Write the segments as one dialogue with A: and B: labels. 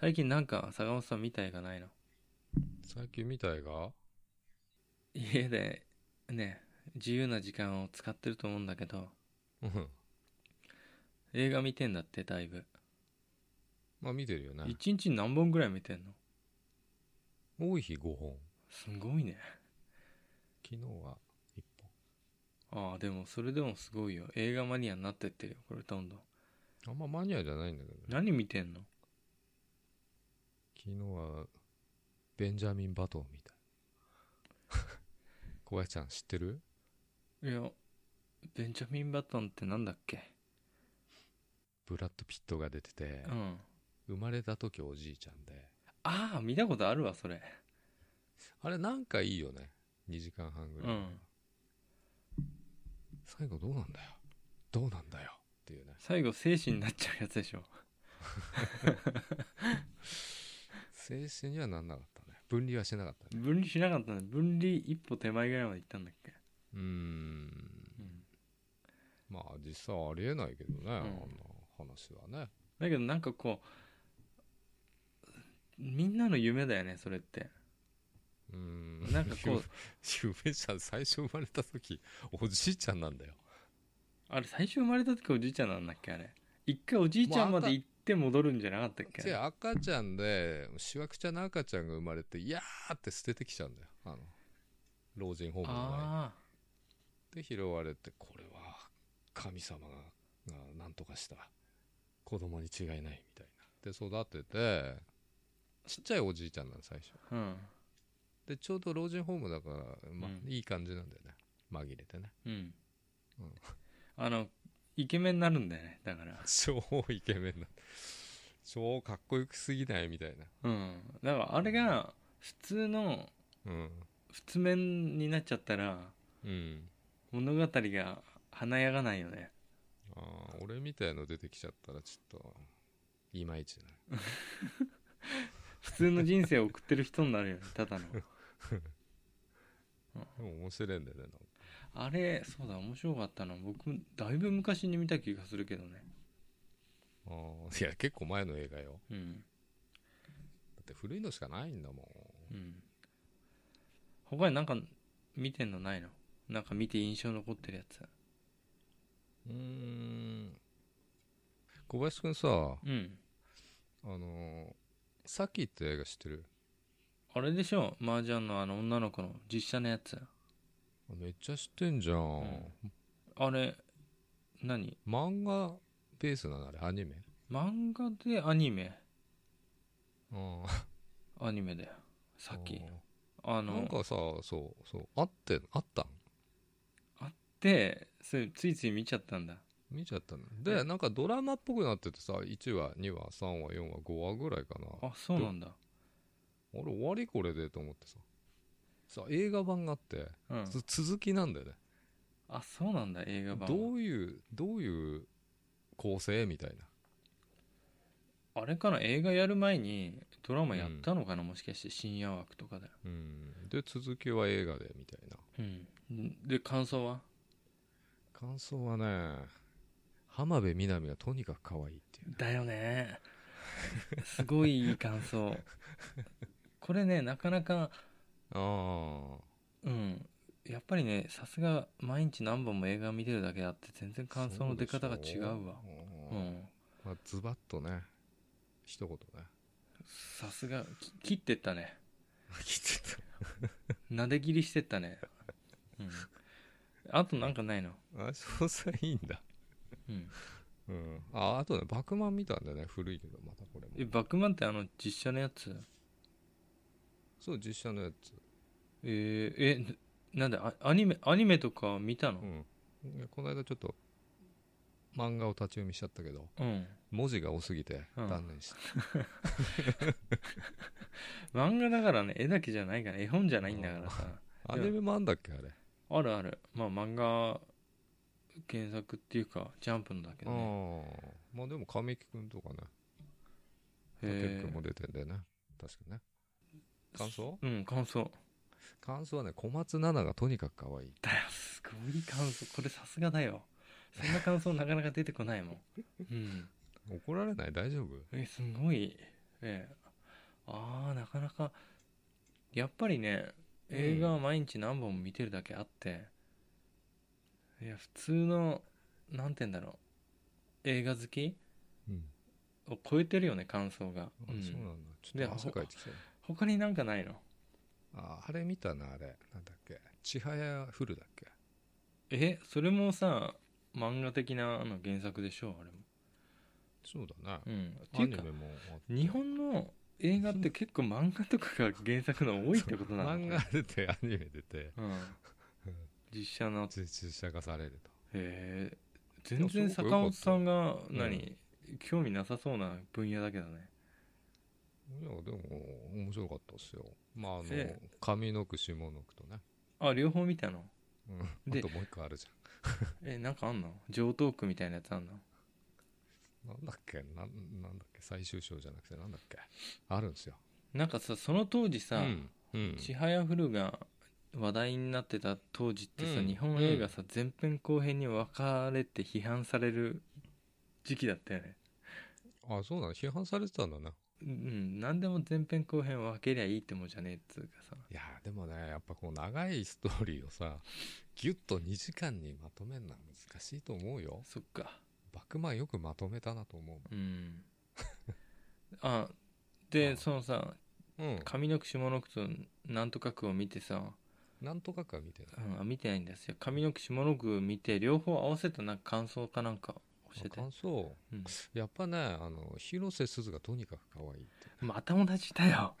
A: 最近なんか坂本さん見た映画ないの
B: 最近見た映画
A: 家でね、自由な時間を使ってると思うんだけど、
B: うん。
A: 映画見てんだってだいぶ。
B: まあ見てるよね。
A: 一日に何本ぐらい見てんの
B: 多い日5本。
A: すごいね。
B: 昨日は1
A: ああ、でもそれでもすごいよ。映画マニアになってってるよ、これどんどん。
B: 本。あんまマニアじゃないんだけどね。
A: 何見てんの
B: 昨日は、ベンジャミン・バトンみたい。小林ちゃん知ってる
A: いや、ベンジャミン・バトンってなんだっけ
B: ブラッド・ピットが出てて
A: う、ん。
B: 生まれた時おじいちゃんで。
A: ああ、見たことあるわ、それ。
B: あれなんかいいよね。2時間半ぐ
A: う
B: らい。
A: ん。
B: 最後どうなんだよ。どうなんだよ。っていうね。
A: 最後、精神になっちゃうやつでしょ。
B: 精神にはなんなかったね。分離はしなかったね。
A: 分離しなかったね。分離一歩手前ぐらいまで行ったんだっけ
B: うーん。
A: うん。
B: まあ実際ありえないけどね、あの話はね
A: だけどなんかこう、みんなの夢だよね、それって。
B: うーん
A: なんかこう
B: ゆ夢ちゃん最初生まれた時おじいちゃんなんだよ
A: あれ、最初生まれた時おじいちゃんなんだっけ、あれ。一回おじいちゃんまで行って戻るんじゃなかったっけ、
B: で赤ちゃんでしわくちゃな赤ちゃんが生まれて「いやー!」って捨ててきちゃうんだよあの老人ホームの前に
A: あ
B: で拾われてこれは神様がが何とかした子供に違いないみたいなで育ててちっちゃいおじいちゃんなの最初
A: あー。うん。
B: でちょうど老人ホームだから、まあ
A: うん
B: いい感じなんだよね紛れてね
A: うん。
B: うん
A: あの、イケメンになるんだよね、だから。
B: 超イケメンな超かっこよくすぎないみたいな
A: うん。だからあれが、普通の、
B: うん
A: 普通面になっちゃったら、
B: うん
A: 物語が華やがないよね。
B: あー俺みたいの出てきちゃったらちょっといまいちだね
A: 普通の人生を送ってる人になるよね、ただの。
B: でも面白いんだよねなんか
A: あれ、そうだ、面白かったな。僕、だいぶ昔に見た気がするけどね。
B: あーいや結構前の映画よ
A: うん。
B: だって古いのしかないんだも
A: う
B: ん
A: ん。他になんか見てんのないのなんか見て印象残ってるやつ。
B: うーん小林くんさ
A: うん。
B: あのーサキって映画知ってる
A: あれでしょ麻雀のあの女の子の実写のやつ。
B: あめっちゃ知ってんじゃん、
A: あれ、何
B: 漫画ベースなのあれアニメ
A: 漫画でアニメ
B: あ
A: アニメだよ。さ
B: あ
A: っき。
B: ー
A: あの、
B: なんかさそうそうあってあったん
A: で、それついつい見ちゃったんだ。
B: 見ちゃったのでなんかドラマっぽくなっててさ1話2話3話4話5話ぐらいかなあ
A: あ、そうなんだ。
B: れ終わりこれでと思ってささ映画版があって、
A: うん。
B: つ続きなんだよね
A: あ、そうなんだ、映画版は。
B: どういうどういう構成みたいな
A: あれかな映画やる前にドラマやったのかな、もしかして深夜枠とかで。
B: うんで続きは映画でみたいな
A: うん。で、感想は
B: 感想はね浜辺美波がとにかく可愛いっていうね
A: だよね。すごいいい感想。これね、なかなか、
B: ああ
A: うん。やっぱりね、さすが毎日何本も映画見てるだけあって全然感想の出方が違うわ。う
B: うん
A: ん。
B: まあ、ズバッとね一言ね
A: さすが、き切ってった ね。
B: 切ってた
A: 撫で切りしてったね。うん。あとなんかないの
B: あ詳細いいんだ
A: うん。
B: うん、ああとね「バクマン」見たんだよね古いけどまたこれも
A: え、バックマンってあの実写のやつ
B: そう実写のやつ、
A: えー、え、ななんで、あアニメ、アニメとか見た
B: う
A: の
B: ん、いやこの間ちょっと漫画を立ち読みしちゃったけど
A: うん。
B: 文字が多すぎて
A: うん
B: 断念した、
A: 漫画だからね、絵だけじゃないから、絵本じゃないんだからさ。
B: アニメもあんだっけあれ、
A: あるある。まあ漫画、原作っていうか、ジャンプのだけ
B: あ
A: どね。
B: あまあでも神木君とかね武
A: へ
B: く君も出てんだよね確かね感想
A: ーうん、感想。
B: 感想はね小松菜奈がとにかく可愛い
A: だよ、すごい感想。これさすがだよ。そんな感想なかなか出てこないもん。うん。
B: 怒られない大丈夫
A: え、すごい。ええああなかなかやっぱりね映画は毎日何本も見てるだけあって、いや普通のなんて言うんだろう映画好き
B: うん、
A: を超えてるよね感想が、
B: あ
A: うん
B: そうなんだちょ
A: で
B: っと汗かいてきたね
A: 他になんかないの
B: ああれ見たなあれなんだっけちはやふるだっけ
A: えそれもさ漫画的なあの原作でしょあれも
B: そうだね、
A: うんって
B: ア
A: いう
B: ニ
A: か
B: メもあって
A: 日本の映画って結構漫画とかが原作の多いってことなの
B: 漫画出てアニメ出て
A: うん 実写のへ
B: 実写化されると
A: え全然坂本さんが何、興味なさそうな分野だけどね
B: いやでも面白かったですよまああの
A: え
B: 上の句下の句とね、
A: あ両方見たの
B: うん、
A: で
B: あともう一個あるじ
A: えなんかあんの上等句みたいなやつあんの
B: ゃんなんだっけなんなんだっけ最終章じゃなくてなんだっけあるんですよ
A: なんかさその当時さ、
B: うんうん
A: ちはやふるが話題になってた当時ってさ、
B: うん
A: 日本映画さ、前編後編に分かれて批判される時期だったよね
B: あそうなの批判されてたんだな
A: うん何でも前編後編分けりゃいいってもんじゃねえっつうかさ
B: いやーでもねやっぱこう長いストーリーをさギュッと2時間にまとめるのは難しいと思うよ
A: そっか
B: バクマンよくまとめたなと思
A: うんあで
B: あ
A: そのさ
B: ううん
A: 上の句下の句となんとか句を見てさ、
B: なんとかかみたいな
A: うん、あ見てないんですよ上の句下の句見て両方合わせたなんか感想かなんか教えて
B: 感想、
A: うん
B: やっぱねあの広瀬すずがとにかく可愛いって
A: また同じだよ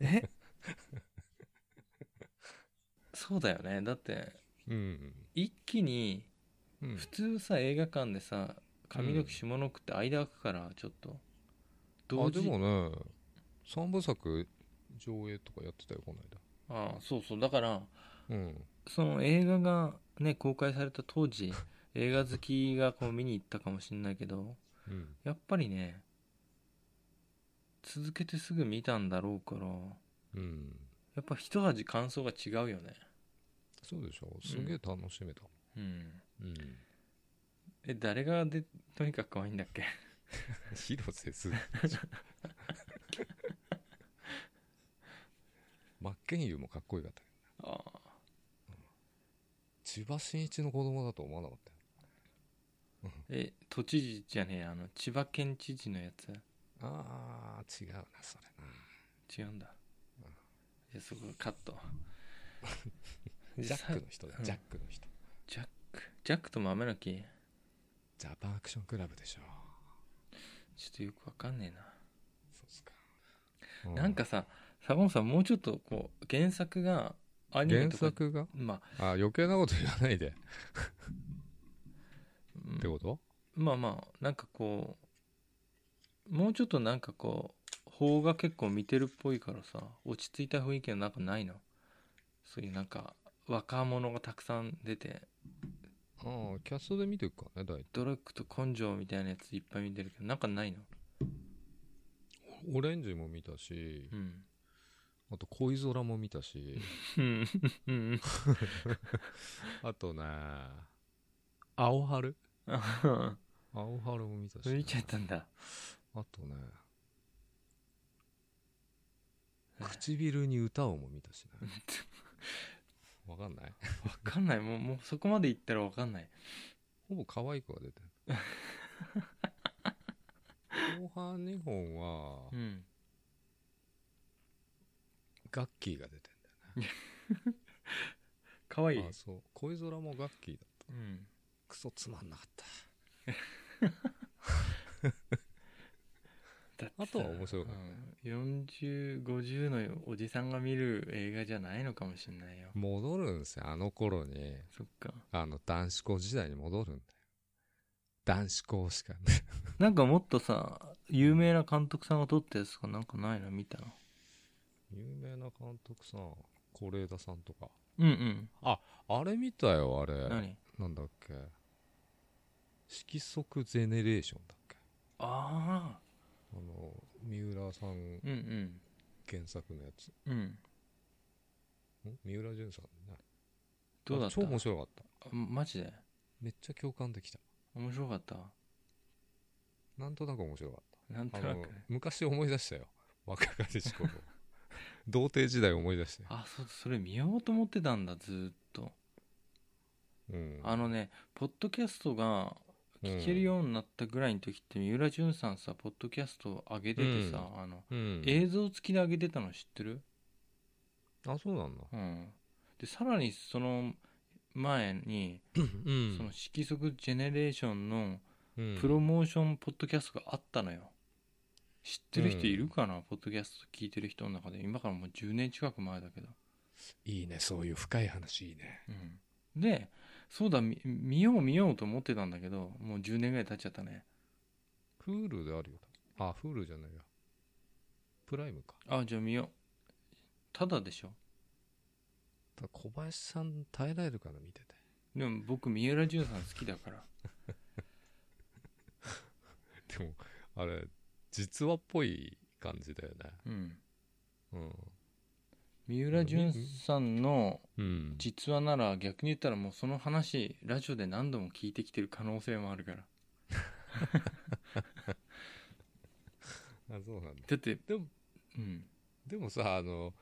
A: えそうだよねだって
B: うん、
A: 一気に
B: うん、
A: 普通さ映画館でさ上の句下の句って間空くからちょっと同
B: あ
A: 時
B: でもね三部作上映とかやってたよこの
A: ああそうそうだから
B: 間うん
A: その映画がね公開された当時映画好きがこう見に行ったかもしれないけど
B: うん
A: やっぱりね続けてすぐ見たんだろうから
B: うん
A: やっぱ一味感想が違うよね
B: そうでしょすげえ楽しめた、
A: うん
B: うん
A: え誰がでとにかく可愛いんだっけ
B: 広瀬 すず真剣佑もかっこよかったけど
A: ああ
B: 千葉真一の子供だと思わなかったよ
A: え都知事じゃねえあの千葉県知事のやつ
B: あー違うなそれな
A: 違うんだいやそこカッ ト
B: ジャックの
A: さ
B: 人だ
A: うん
B: ジャックの人
A: ジャックジャックと豆の木
B: ジャパンアクションクラブでしょ
A: ちょっとよくわかんねえな
B: そうっすか、
A: なんかさ坂本さんもうちょっとこう原作がアニメ
B: 原
A: とか
B: 作が
A: まあ
B: あ余計なこと言わないで、
A: うん
B: ってこと
A: まあまあなんかこうもうちょっとなんかこう法が結構見てるっぽいからさ落ち着いた雰囲気の中ないのそういうなんか若者がたくさん出て
B: ああキャストで見ていくからね大体
A: 努力と根性みたいなやついっぱい見てるけどなんかないの
B: オレンジも見たし
A: うん
B: あと恋空も見たし
A: うんうん
B: あとね青春
A: あ
B: 青春も見たし、
A: 見ちゃったんだ
B: あとね唇に歌をも見たしねわかんない
A: 分かんないもうもうそこまでいったら分かんない
B: ほぼ可愛い子が出て る後半2本は
A: うん
B: ガッキーが出てる
A: かわいい
B: あそう恋空もガッキーだ
A: うん
B: クソつまんなかった
A: だってさ
B: あとは面白かっ
A: うん、4050のおじさんが見る映画じゃないのかもしんないよ
B: 戻るんすよあの頃に
A: そっか
B: あの男子校時代に戻るんだよ男子校しかね
A: なんかもっとさ有名な監督さんが撮ったやつがなんかないの見たの
B: 有名な監督さん是枝さんとか
A: うんうん
B: あれ見たよあれ
A: 何
B: なんだっけ色即ゼネレーションだっけ
A: ああ
B: あの三浦さん
A: うん
B: 原作のやつ
A: うんうん
B: ん三浦淳さんだね
A: どうだった
B: あ超面白かった
A: あマジで
B: めっちゃ共感できた
A: 面白かった
B: なんとなく面白かっ
A: なん
B: あ
A: とな
B: の
A: くね
B: 昔思い出したよ若かり し頃童貞時代思い出したよ、
A: あそうそれ見ようと思ってたんだずーっと
B: うん、
A: あのねポッドキャストが聞けるようになったぐらいの時って三浦淳さんさポッドキャスト上げててさ、あの
B: うん、
A: 映像付きで上げてたの知ってる
B: あそ うなんだ、
A: うんでさらにその前に、
B: うん
A: その色即ジェネレーションの
B: うん
A: プロモーションポッドキャストがあったのよ、知ってる人いるかな、ポッドキャスト聞いてる人の中で今からもう10年近く前だけど、
B: いいねそういう深い話いいね
A: うんでそうだみ見よう見ようと思ってたんだけどもう10年ぐらい経っちゃったね
B: Hulu であるよあ Hulu じゃないやプライムか
A: あじゃあ見ようただでしょ
B: ただ小林さん耐えられるかな見てて
A: でも僕三浦淳さん好きだから
B: でもあれ実話っぽい感じだよね
A: うん
B: うん、
A: 三浦淳さんの
B: うん、
A: 実話なら逆に言ったらもうその話ラジオで何度も聞いてきてる可能性もあるから
B: あそうなんだ
A: だって
B: でも
A: うん
B: でもさあの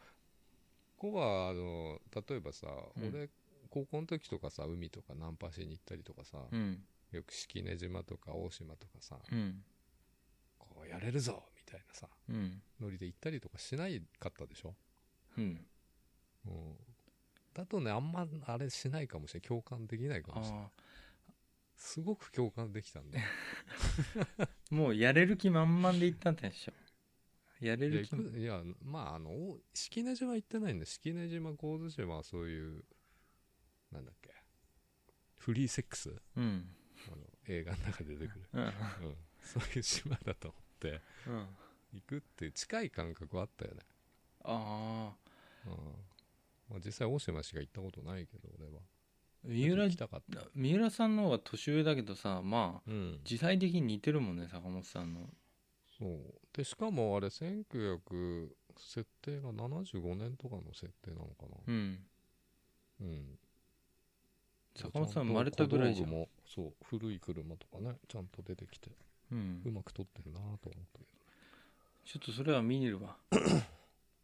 B: コバあの例えばさ、
A: うん
B: 俺高校の時とかさ海とかナンパしに行ったりとかさ、
A: うん
B: よく式根島とか大島とかさ、
A: うん
B: こうやれるぞみたいなさ
A: うん
B: ノリで行ったりとかしないかったでしょ、
A: うん
B: うん、だとねあんまあれしないかもしれない共感できないかもしれない
A: あ
B: すごく共感できた んで
A: あもうやれる気満々で行ったんでしょやれ
B: いや
A: る気
B: 行くいやまああのお式根島行ってないんで式根島神津島はそういうなんだっけフリーセックス
A: うん
B: あの映画の中で出てくる、
A: うん
B: うん、そういう島だと思って
A: うんあ
B: 行くって近い感覚はあったよね、
A: あ
B: うんまあ、実際大島しか行ったことないけど俺は
A: 三浦
B: 行きたかった、
A: 三浦さんの方が年上だけどさまあ
B: うん、
A: 時代的に似てるもんね坂本さんの
B: そうでしかもあれ1900設定が75年とかの設定なのか
A: う
B: な、
A: ん
B: うん、
A: 坂本さん生まれたぐらいじゃ
B: 小
A: ん
B: 道具もそう古い車とかねちゃんと出てきて
A: うん
B: うまく撮ってんなと思ったけ
A: ちょっとそれは見にるわ
B: ど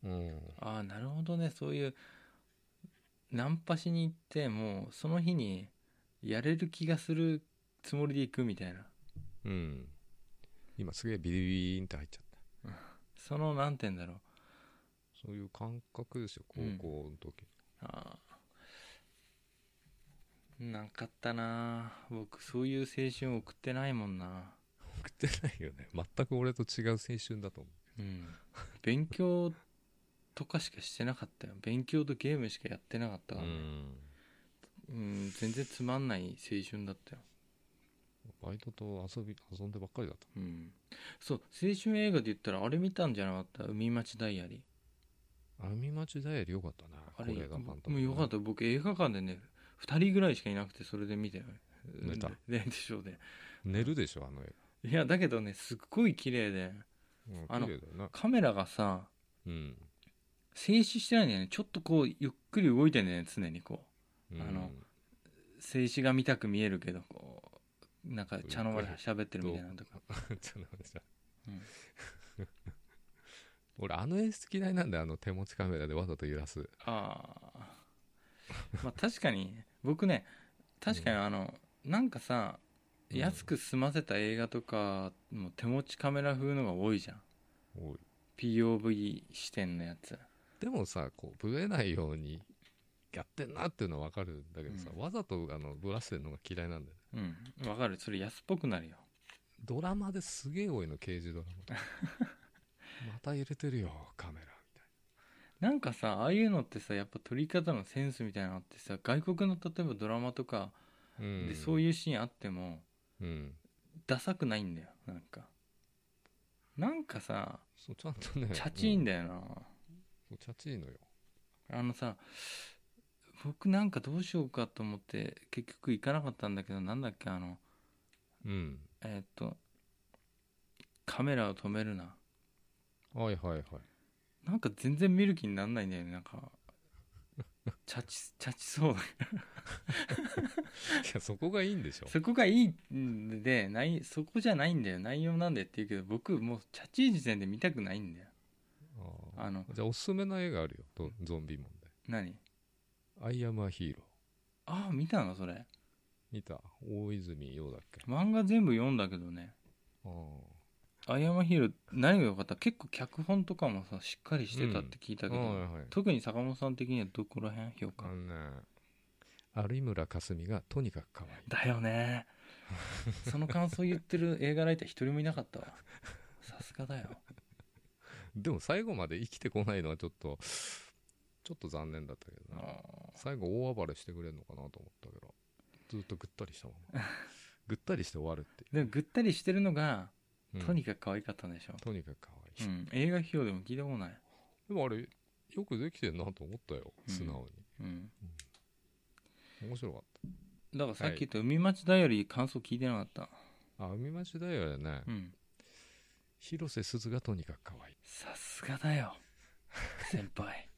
B: うん
A: ああなるほどねそういうナンパしに行ってもうその日にやれる気がするつもりで行くみたいな
B: うん今すげえビリビリンって入っちゃった
A: その何て言うんだろう
B: そういう感覚ですよ高
A: うん
B: 校の時、
A: あーなんかあったなあ僕そういう青春を送ってないもんな
B: 送ってないよね 全く俺と違う青春だと思
A: うん 勉強とかしかしてなかったよ勉強とゲームしかやってなかった
B: う
A: から、
B: ん
A: うん全然つまんない青春だったよ
B: バイトと遊び遊んでばっかりだった
A: うんそう青春映画で言ったらあれ見たんじゃなかった海町ダイアリー
B: 海町ダイアリーよかったな
A: あれ
B: 是枝監督
A: もうよかった僕映画館でね2人ぐらいしかいなくてそれで見たよ
B: 寝た
A: ででしょうで
B: 寝るでしょあの絵、
A: いやだけどねすっごい綺麗で
B: うん、
A: あの
B: 綺麗だよな
A: カメラがさ
B: うん、
A: 静止してないんだよねちょっとこうゆっくり動いてんだよね常にこ
B: うん
A: あのう静止が見たく見えるけどこうなんか茶の間で喋ってるみたいなとか
B: ちょっと待ってさ
A: うん
B: 俺あの演出嫌いなんだよあの手持ちカメラでわざと揺らす
A: あーまあ確かに僕ね確かにあの、なんかさ
B: うん
A: 安く済ませた映画とかも手持ちカメラ風のが多いじゃん
B: おい
A: POV 視点のやつ
B: でもさこうぶれないようにやってんなっていうのはわかるんだけどさ、
A: うん
B: わざとあのぶらしてるのが嫌いなんだよ
A: うんわかるそれ安っぽくなるよ
B: ドラマですげえ多いの刑事ドラ マまた揺れてるよカメラみたい
A: なんかさああいうのってさやっぱ撮り方のセンスみたいなのってさ外国の例えばドラマとか
B: な、うん、
A: でそういうシーンあっても
B: うん、
A: ダサくないんだよなんかなんかさ
B: そうちゃんとね
A: チャチいん
B: だ、
A: だよな、
B: うんそうチャチいのよ
A: あのさ僕なんかどうしようかと思って結局行かなかったんだけどなんだっけあの
B: うん
A: えーっとカメラを止めるな
B: はいはいはい
A: なんか全然見る気になんないんだよねなんかチャチチャチそう
B: やそこがいいんでしょ
A: そこがいいんでないそこじゃないんだよ内容なんだよって言うけど僕もうチャチい時点で見たくないんだよ
B: あ
A: あの
B: ーじゃあおすすめの映画あるよとゾンビもんで
A: 何
B: 「アイアムアヒーロー
A: ああ見たのそれ」
B: 見た大泉洋だっけ
A: 漫画全部読んだけどね
B: あー
A: 「アイアムアヒーロー」何が良かった結構脚本とかもさしっかりしてたって聞いたけど、
B: はいはい
A: 特に坂本さん的にはどこら辺評
B: あ
A: 価
B: のね有村架純がとにかく可愛い
A: だよねその感想言ってる映画ライター一人もいなかったわさすがだよ
B: でも最後まで生きてこないのはちょっとちょっと残念だったけど
A: あ
B: な
A: ー
B: 最後大暴れしてくれるのかなと思ったけどずっとぐったりしたま まぐったりして終わるって
A: でもぐったりしてるのが
B: いう、うん
A: とにかく可愛かったんでしょ、
B: とにかく可
A: う
B: 愛い、
A: ん、映画批評でも聞いたことない、
B: でもあれよくできてるなと思ったよ素直
A: うん、
B: に、面白かっ
A: だからさっき言った「海町ダイアリー」感想聞いてなかった、
B: たあ海町だよね、
A: うん
B: 広瀬すずがとにかく可愛い
A: さすがだよ先輩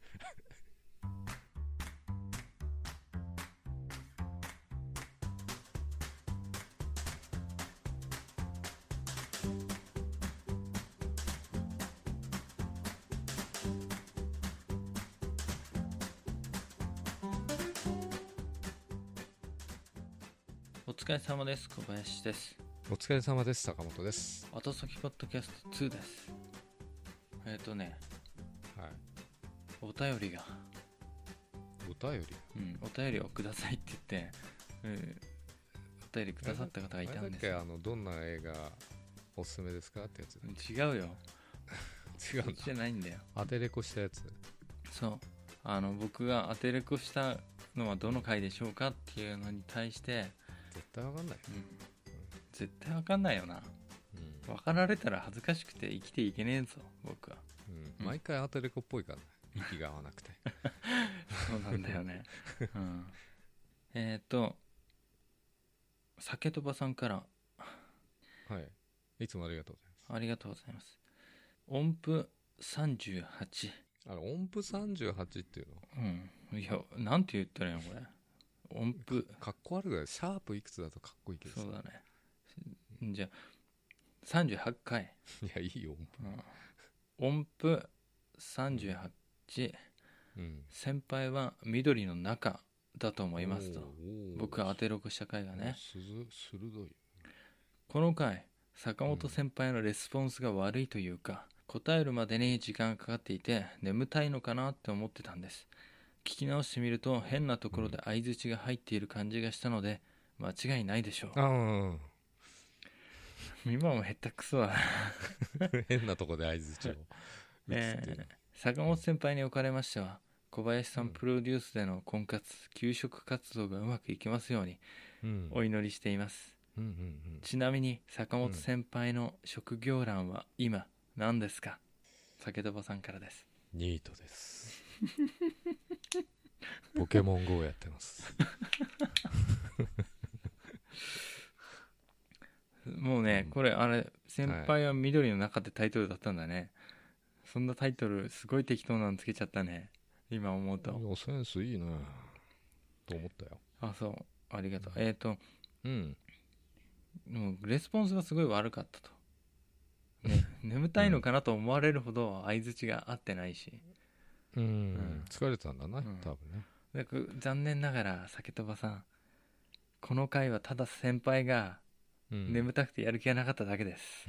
A: お疲れ様です小林です
B: お疲れ様です坂本です
A: 後先ポッドキャスト2ですえっ、とね
B: はい
A: お便りが、
B: お便り
A: うん、お便りをくださいって言って、うん、お便りくださった方がいたんです
B: あれだっけ
A: よ
B: あのどんな映画おすすめですかってやつ
A: 違うよ
B: 違う
A: そ
B: ん
A: っ
B: だ
A: ちじゃないんだよ
B: アテレコしたやつ
A: そうあの僕がアテレコしたのはどの回でしょうかっていうのに対して、
B: 絶対わかんないよ、
A: うん、絶対わかんないよな
B: うん
A: 分かられたら恥ずかしくて生きていけねえぞ僕は
B: うん
A: うん
B: 毎回アテレコっぽいからね息が合わな くて
A: そうなんだよ ねうんえっ、と酒とばさんから
B: はいいつもありがとうございます
A: ありがとうございます音符38
B: あれ音符38っていうの
A: うんいやなんて言ったらいいのこれ音符
B: かっこ悪くないシャープいくつだとかっこいいけど
A: そ
B: さ
A: うだねじゃあ38回、
B: いやいいよ音
A: うん、音符38
B: 符うん
A: 先輩は緑の中だと思いますと僕がアテロクした回が
B: だ
A: ね
B: 鋭鋭い
A: この回坂本先輩のレスポンスが悪いというか、答えるまでに時間がかかっていて眠たいのかなって思ってたんです聞き直してみると変なところで相づちが入っている感じがしたので間違いないでしょ
B: あうん
A: う今も下手くそだな
B: 変なとこで相づちを 打つっていうの
A: え坂本先輩におかれましては小林さ
B: うん
A: んプロデュースでの婚活給食活動がうまくいきますように
B: うん
A: お祈りしています
B: うんうんうん
A: ちなみに坂本先輩の職業欄は今何ですか酒とばさんからです
B: ニートです ポケモン GO やってます
A: もうね
B: う、ん
A: これあれ「先輩は緑の中」ってタイトルだったんだね、そんなタイトルすごい適当なのつけちゃったね今思うと、
B: いやセンスいいねと思ったよ
A: あそうありがとうえっ、と
B: うん
A: もうレスポンスがすごい悪かったと、 ね、眠たいのかなと思われるほど相づちが合ってないし
B: うん、
A: ん
B: 疲れてたんだな、
A: うん
B: 多分ね
A: だから残念ながら酒とばさんこの回はただ先輩が
B: うん
A: 眠たくてやる気がなかっただけです、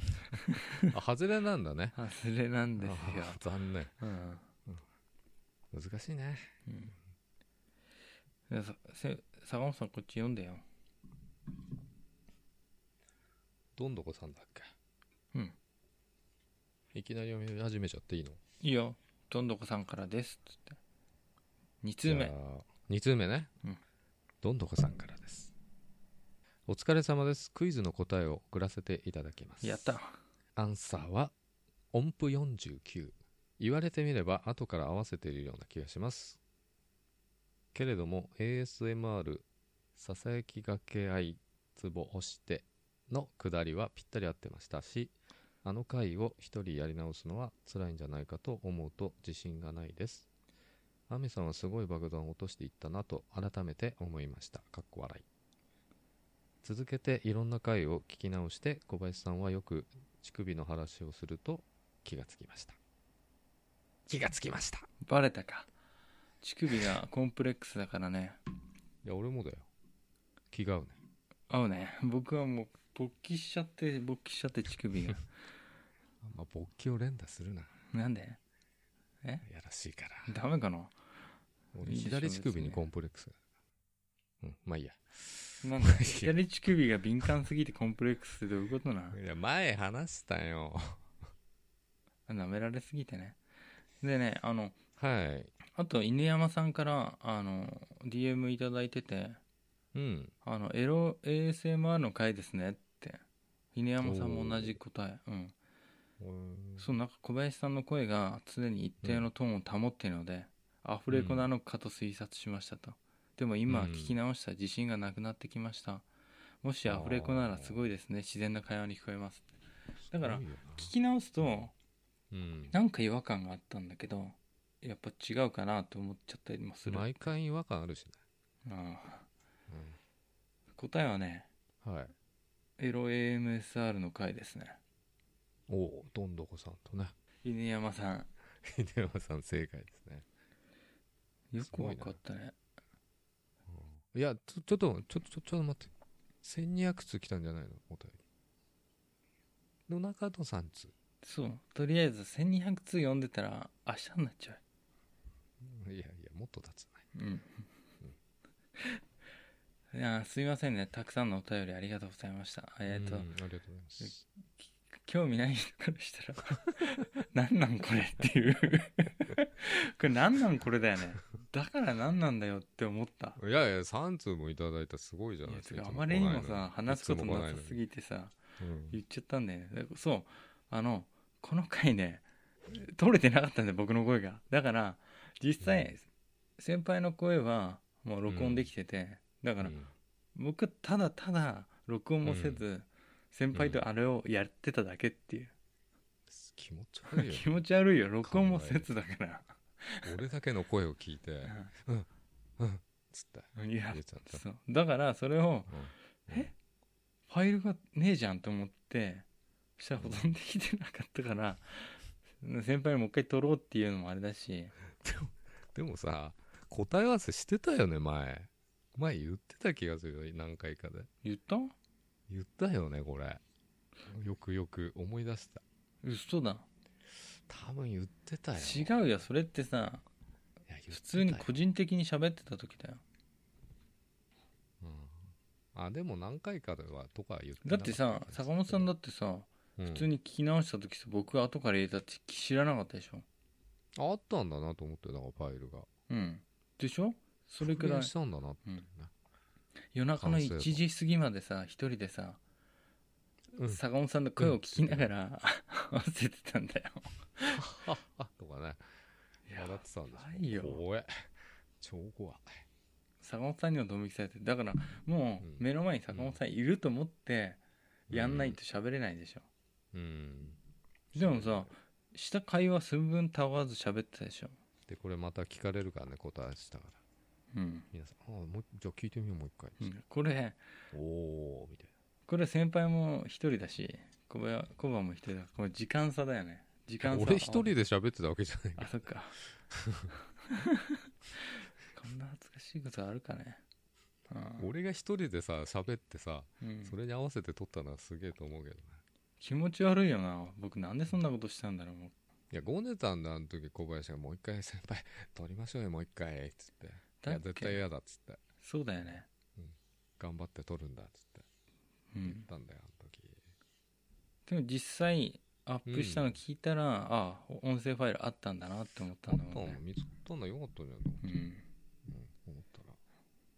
B: あ外れなんだね
A: 外れなん ですよ
B: あー残念
A: うん
B: 難しいね
A: うんでさせ坂本さんこっち読んでよ
B: どんどこさんだっけ
A: うん
B: いきなり読み始めちゃっていいの
A: いいよどんどこさんからですつって2通
B: じ
A: 目
B: ゃあ二通目ね、
A: うん
B: どんどこさんからですお疲れ様ですクイズの答えを送らせていただきます
A: やった
B: アンサーは音符49言われてみれば後から合わせているような気がしますけれども ASMR ささやきがけ合いつぼ押してのくだりはぴったり合ってましたしあの回を一人やり直すのは辛いんじゃないかと思うと自信がないですアミさんはすごい爆弾を落としていったなと改めて思いました。かっこ笑い。続けていろんな回を聞き直して小林さんはよく乳首の話をすると気がつきました。気がつきました。
A: バレたか乳首がコンプレックスだからね
B: いや、俺もだよ。気が合うね。
A: 合うね僕はもう勃起しちゃって勃起しちゃって乳首が
B: あんま勃起を連打するな。
A: なんで
B: やらしいから。
A: ダメかな
B: 俺
A: いいでしょ
B: 左乳首
A: 別
B: に
A: に
B: コンプレックスがある。うん、まあいいや。
A: なんで左乳首が敏感すぎてコンプレックスってどういうことない
B: や、前話したよ。
A: 舐められすぎてねでねあの
B: はい。
A: あと犬山さんからあの DM いただいてて
B: うん。
A: あのエロ ASMR の回ですねって犬山さんも同じ答えうんそうなんか小林さんの声が常に一定のトーンを保っているので、アフレコなのかと推察しましたと、でも今は聞き直した自信がなくなってきましたもしアフレコならすごいですね自然な会話に聞こえますだから
B: すごいよな
A: 聞き直すと
B: うん、
A: なんか違和感があったんだけどやっぱ違うかなと思っちゃったりもする、
B: 毎回違和感あるしね。
A: うん答えはね
B: うんはい。
A: エロ AMSR の回ですね
B: おお、どんどこさんとね。
A: 犬山さん
B: 秀山さん正解ですね。
A: よくわかったね
B: いや、ちょ、ちょっと、ちょ、ちょ、ちょっと待って。1200通来たんじゃないのお便り。の中の3通。
A: そうとりあえず1200通読んでたら明日になっちゃう
B: いやいや、もっと経つない。
A: うん いやーすいませんねたくさんのお便りありがとうございましたえっ、と、
B: うんありがとうございます。
A: 興味ない人からしたら 何なんこれっていう これ何なんこれだよねだから何なんだよって思った
B: いやいや、3通もいただいたらすごいじゃ
A: い
B: ない
A: や
B: です
A: つ
B: か。
A: うか
B: い
A: あ
B: つ
A: まりにも
B: 来ないの
A: さ話すことなさすぎてさ
B: うん
A: 言っちゃったんだよねだからそうあのこの回ね取れてなかったんだよ僕の声がだから実際、
B: うん
A: 先輩の声はもう録音できてて、だから
B: うん
A: 僕はただただ録音もせず、先輩とあれをやってただけっていう、
B: 気持ち悪いよ
A: 気持ち悪いよ録音もせずだから
B: 俺だけの声を聞いて「うん」つって
A: うんいや
B: 入れちゃった、
A: そうだからそれを
B: うん
A: えファイルがねえじゃんと思ってそしたら保存できてなかったから先輩にもう一回撮ろうっていうのもあれだし
B: でもさ答え合わせしてたよね前前言ってた気がするよ何回かで
A: 言った
B: 言ったよねこれよくよく思い出した
A: 嘘だ
B: 多分言ってたよ
A: 違
B: う
A: うよそれってさ普通に個人的に喋ってた時だよ
B: うん、あでも何回かではとかは言って
A: だ
B: な
A: っ
B: かっ
A: て
B: た
A: さ坂本さん
B: だ
A: だってさ
B: 普
A: 普通に聞き直した時さ僕後から入れたって知らなかったでしょ
B: あったんだなと思ってだからファイルが
A: うんでしょそれく
B: 復
A: らい
B: 元したんだなってね、
A: 夜中の
B: 完成度
A: 1時過ぎまでさ一人でさ
B: うん
A: 坂本さんの声を聞きながら合わせてたんだよ
B: あとかね笑ってたんです
A: いよ
B: 怖え超怖い
A: 坂本さんにもドン引きされてだからも
B: うん
A: う目の前に坂本さんいると思ってやんないと喋れないでしょ、
B: うん
A: でもさした会話寸分たがわず喋ってたでしょ
B: でこれまた聞かれるからね答えしたから
A: うん、
B: 皆さんああもうじゃあ聞いてみようもう一回、
A: うんこれ
B: おおみたい
A: これ先輩も一人だし小林小林も一人だこれ時間差だよね時
B: な
A: 間差
B: 俺一人で喋ってたわけじゃないか
A: あそっかこんな恥ずかしいことあるかね
B: ら
A: うん
B: 俺が一人でさ喋ってさ、
A: うん
B: それに合わせて撮ったのはすげえと思うけどね
A: 気持ち悪いよな僕なんでそんなことしたんだろうもう
B: いやゴネたんだあの時小林が「もう一回先輩 撮りましょうよもう一回」っつって「い
A: だ
B: や
A: っけ
B: 絶対嫌だ」っつって
A: そうだよね
B: 「頑張って撮るんだ」っつって
A: う
B: 言っ
A: ん
B: たんだよあの時
A: でも実際アップしたの聞いたら、ああ音声ファイルあったんだなって思った
B: あっ
A: ん
B: た
A: だもん
B: の
A: ね、
B: 見つかったんだよかったんじゃんと思って
A: うん、
B: うん思ったら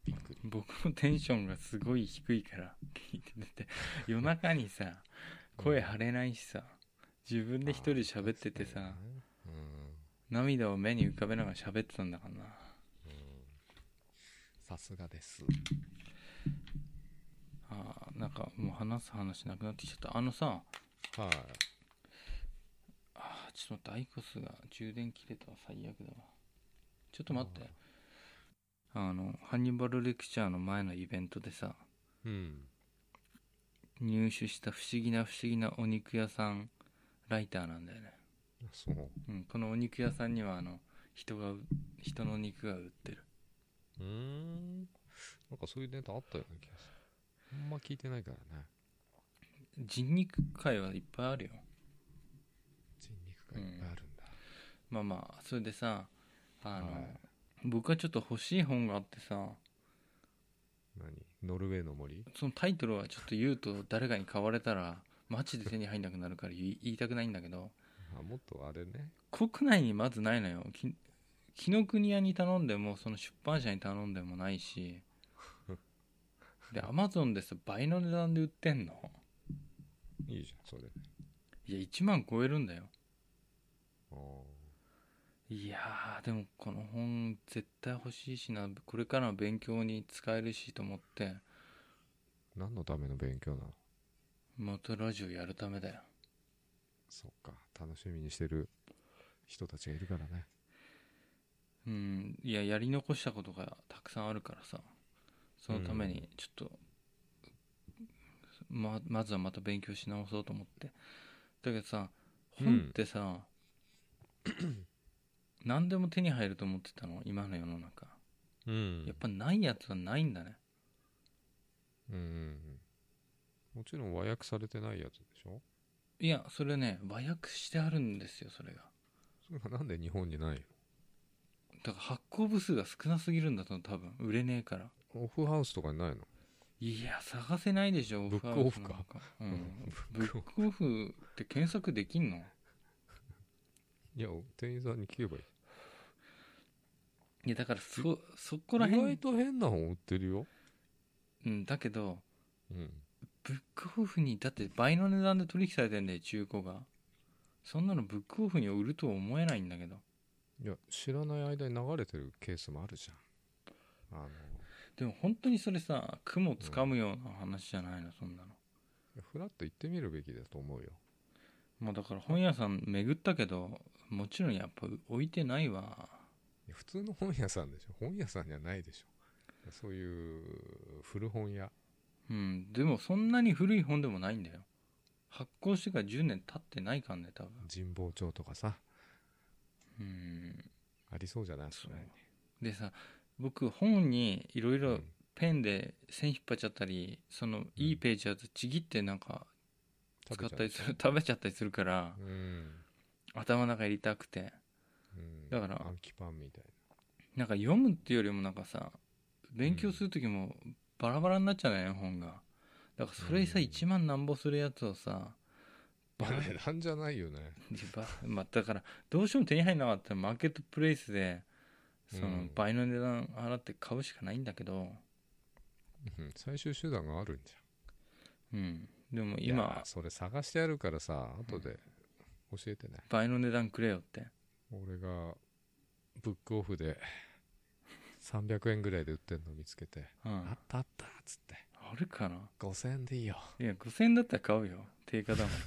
B: びっくり
A: 僕もテンションがすごい低いから聞いてて夜中にさ声張れないしさ自分で一人で喋っててさ
B: うん
A: 涙を目に浮かべながら喋ってたんだからな
B: さすがです
A: ああなんかもう話す話なくなってきちゃったあのさ
B: はい
A: あーちょっと待ってアイコスが充電切れたわ最悪だわちちょっと待ってあのハンニバルレクチャーの前のイベントでさ
B: うん
A: 入手した不思議な不思議なお肉屋さんライターなんだよね、
B: そう
A: うん、このお肉屋さんにはあの人がう人の肉が売ってる
B: うーんなんかそういうネタあったような気がするあんま聞いてないからね
A: 人肉界はいっぱいあるよ
B: 人肉がいっぱいあるんだ、
A: まあまあそれでさあの、
B: はい
A: 僕はちょっと欲しい本があってさ
B: 何ノルウェーの森
A: そのタイトルはちょっと言うと誰かに買われたらマジで手に入んなくなるから言い言いたくないんだけど
B: あもっとあれね
A: 国内にまずないのよき紀ノ国屋に頼んでもその出版社に頼んでもない しでアマゾンでさ倍の値段で売ってんの
B: いいじゃんそれ
A: いや1万超えるんだよ
B: あー
A: いやーでもこの本絶対欲しいしなこれからの勉強に使えるしと思って
B: 何のための勉強なの
A: またラジオやるためだよ
B: そっか楽しみにしてる人たちがいるからね
A: うんいややり残したことがたくさんあるからさそのためにちょっと、ままずはまた勉強し直そうと思ってだけどさ
B: うん
A: 本ってさ、何でも手に入ると思ってたの今の世の中
B: うん
A: やっぱないやつはないんだね
B: うんうんうんもちろん和訳されてないやつでしょ
A: いやそれね和訳してあるんですよそれが
B: それがなんで日本にないの
A: だから発行部数が少なすぎるんだと思う多分売れねえから
B: オフハウスとかにないの
A: いや探せないでしょ
B: ブックオフか
A: オフなんうん、ブ
B: ブックオフ
A: ックオフって検索できんの
B: いや店員さんに聞けばいい
A: いやだからそそこ
B: 意
A: ら
B: 外
A: 辺、
B: と変な本売ってるよ
A: うん、だけど
B: うん
A: ブックオフにだって倍の値段で取引されてんだよ中古がそんなのブックオフに売るとは思えないんだけど
B: いや知らない間に流れてるケースもあるじゃんあの
A: でも本当にそれさ雲つかむような話じゃないのそんなの
B: フラッと行ってみるべきだと思うよ
A: もうだから本屋さん巡ったけどもちろんやっぱ置いてないわ
B: いや普通の本屋さんでしょ本屋さんじゃないでしょそういう古本屋
A: うんでもそんなに古い本でもないんだよ発行してから10年経ってないかんね多分
B: 神保町とかさ
A: うん
B: ありそうじゃない
A: そ
B: か
A: う
B: ね
A: でさ僕本にいろいうろ
B: ん
A: ペンで線引っ張っちゃったりそのいいページだとちぎってなんか使っ
B: 食べちゃう
A: たりする食べちゃったりするから
B: うん
A: 頭の中入れたくて
B: うん
A: だから
B: アンキパンみたい
A: なんか読むっていうよりもなんかさ勉強する時もバラバラになっちゃうね本がだからそれさ
B: うん
A: 1万なんぼするやつをさ
B: な
A: バラ
B: いや値段じゃないよね
A: でば まあ、だからどうしても手に入らなかったらマーケットプレイスでその
B: うん
A: 倍の値段払って買うしかないんだけど、
B: うん最終手段があるんじ
A: うん、でも
B: ゃんい
A: 今
B: やそれ探してあるからさ後で教えてね
A: 倍の値段くれよって
B: 俺がブックオフで300円ぐらいで売ってんの見つけて
A: うん、
B: あ
A: あ
B: ったあったっつって
A: るかな
B: 5000円でいいよ
A: いや5000円だったら買うよ定価だ もん
B: い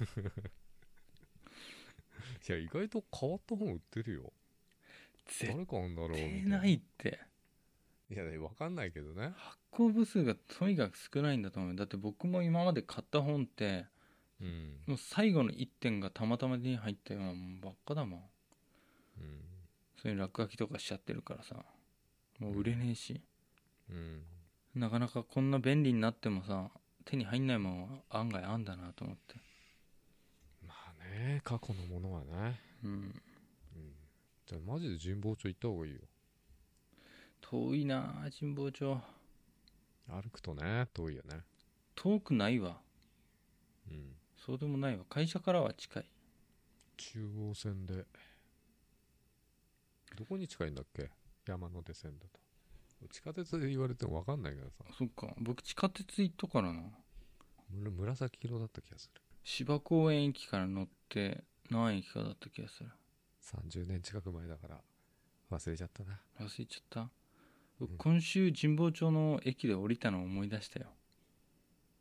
B: や意外と変わった本売ってるよ
A: 絶
B: 誰買うんだろうみた
A: 対
B: い
A: ないって
B: いや分かんないけどね
A: 発行部数がとにかく少ないんだと思うよだって僕も今まで買った本って
B: うん、
A: もう最後の1点がたまたま手に入ったようなもんばっかだもん
B: うん
A: そういう落書きとかしちゃってるからさもう売れねえし、
B: うん、
A: なかなかこんな便利になってもさ手に入んないもんは案外あんだなと思って
B: まあね過去のものはね、
A: うん
B: うん、じゃあマジで神保町行った方がいいよ
A: 遠いなあ神保町
B: 歩くとね遠いよね
A: 遠くないわ
B: うん
A: そうでもないわ会社からは近い
B: 中央線でどこに近いんだっけ山手線だと地下鉄で言われても分かんないからさ
A: そっか僕地下鉄行ったからな
B: むら紫色だった気がする
A: 芝公園駅から乗って何駅かだった気がする
B: 30年近く前だから忘れちゃったな
A: 忘れちゃった、
B: うん
A: 今週神保町の駅で降りたのを思い出したよ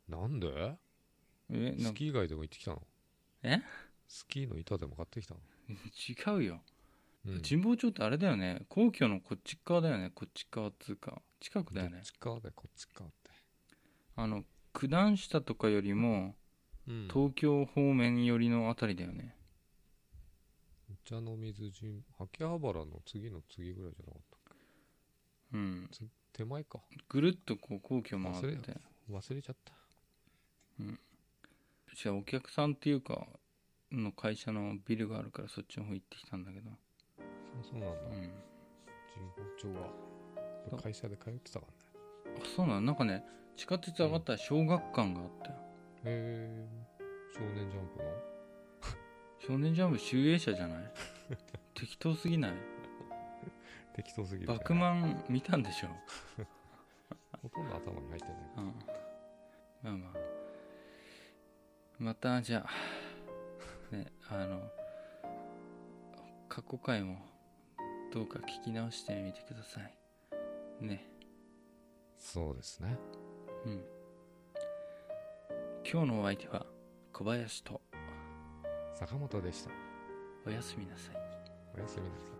B: なんで
A: えな
B: ス
A: んか
B: キー以外でも行ってきたの
A: え
B: スキーの板でも買ってきたの
A: 違うよ
B: うん
A: 神保町ってあれだよね皇居のこっち側だよねこっち側っつうか近くだよ
B: ど
A: ね
B: っちかでこっちかって、
A: あの九段下とかよりも
B: うん、
A: 東京方面寄りのあたりだよね
B: お茶の水神秋葉原の次の次ぐらいじゃなかった
A: うん
B: 手前か
A: ぐるっとこう皇居回
B: あそれ
A: っ
B: よ
A: て
B: 忘れちゃった
A: うちはお客さんっていうかの会社のビルがあるからそっちの方行ってきたんだけど、
B: そうそうなんだ
A: うん、
B: 神保町は会社で通ってたからね
A: あそうなのなんかね地下鉄上がったら小学館があったよ
B: へえ少年ジャンプの
A: 少年ジャンプ集英社じゃ ない適当すぎない
B: 適当すぎる
A: バ
B: じゃない
A: クマン見たんでしょ、
B: ほとんど頭に入ってない
A: うん、まあまあまたじゃあねあの過去回もどうか聞き直してみてくださいね
B: そうですね
A: うん今日のお相手は小林と
B: 坂本でした
A: おやすみなさい
B: おやすみなさい